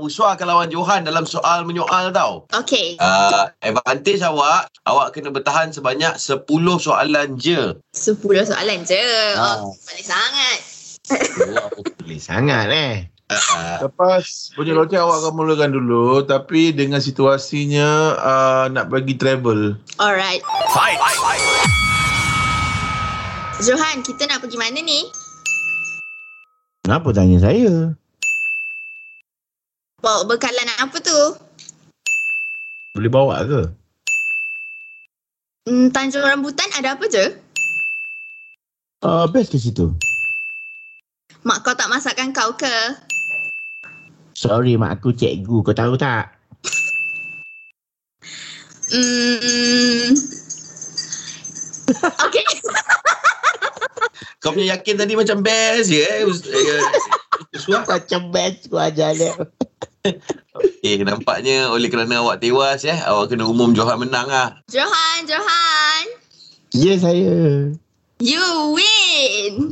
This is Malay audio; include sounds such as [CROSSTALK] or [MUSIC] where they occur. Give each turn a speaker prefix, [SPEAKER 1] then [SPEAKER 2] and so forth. [SPEAKER 1] usah akan lawan Johan dalam soal menyoal tau.
[SPEAKER 2] Okey.
[SPEAKER 1] Uh, advantage awak, awak kena bertahan sebanyak 10 soalan je.
[SPEAKER 2] Sepuluh soalan je.
[SPEAKER 3] Ah.
[SPEAKER 2] Oh, boleh sangat.
[SPEAKER 3] Boleh sangat eh.
[SPEAKER 1] Uh,
[SPEAKER 4] Lepas punya loceng awak akan mulakan dulu tapi dengan situasinya uh, nak bagi travel.
[SPEAKER 2] Alright. Fight. Johan, kita nak pergi mana ni?
[SPEAKER 3] Kenapa tanya saya?
[SPEAKER 2] Bawa bekalan apa tu?
[SPEAKER 3] Boleh bawa ke?
[SPEAKER 2] Hmm, Tanjung Rambutan ada apa je?
[SPEAKER 3] Uh, best ke situ?
[SPEAKER 2] Mak kau tak masakkan kau ke?
[SPEAKER 3] Sorry mak aku cikgu kau tahu tak?
[SPEAKER 2] Hmm. Okey. [LAUGHS]
[SPEAKER 1] kau punya yakin tadi macam best je eh. Us- eh, Uswa.
[SPEAKER 3] Macam best kau ajar dia.
[SPEAKER 1] Eh, nampaknya oleh kerana awak tewas eh, awak kena umum Johan menang lah.
[SPEAKER 2] Johan, Johan.
[SPEAKER 3] Ya saya.
[SPEAKER 2] You win.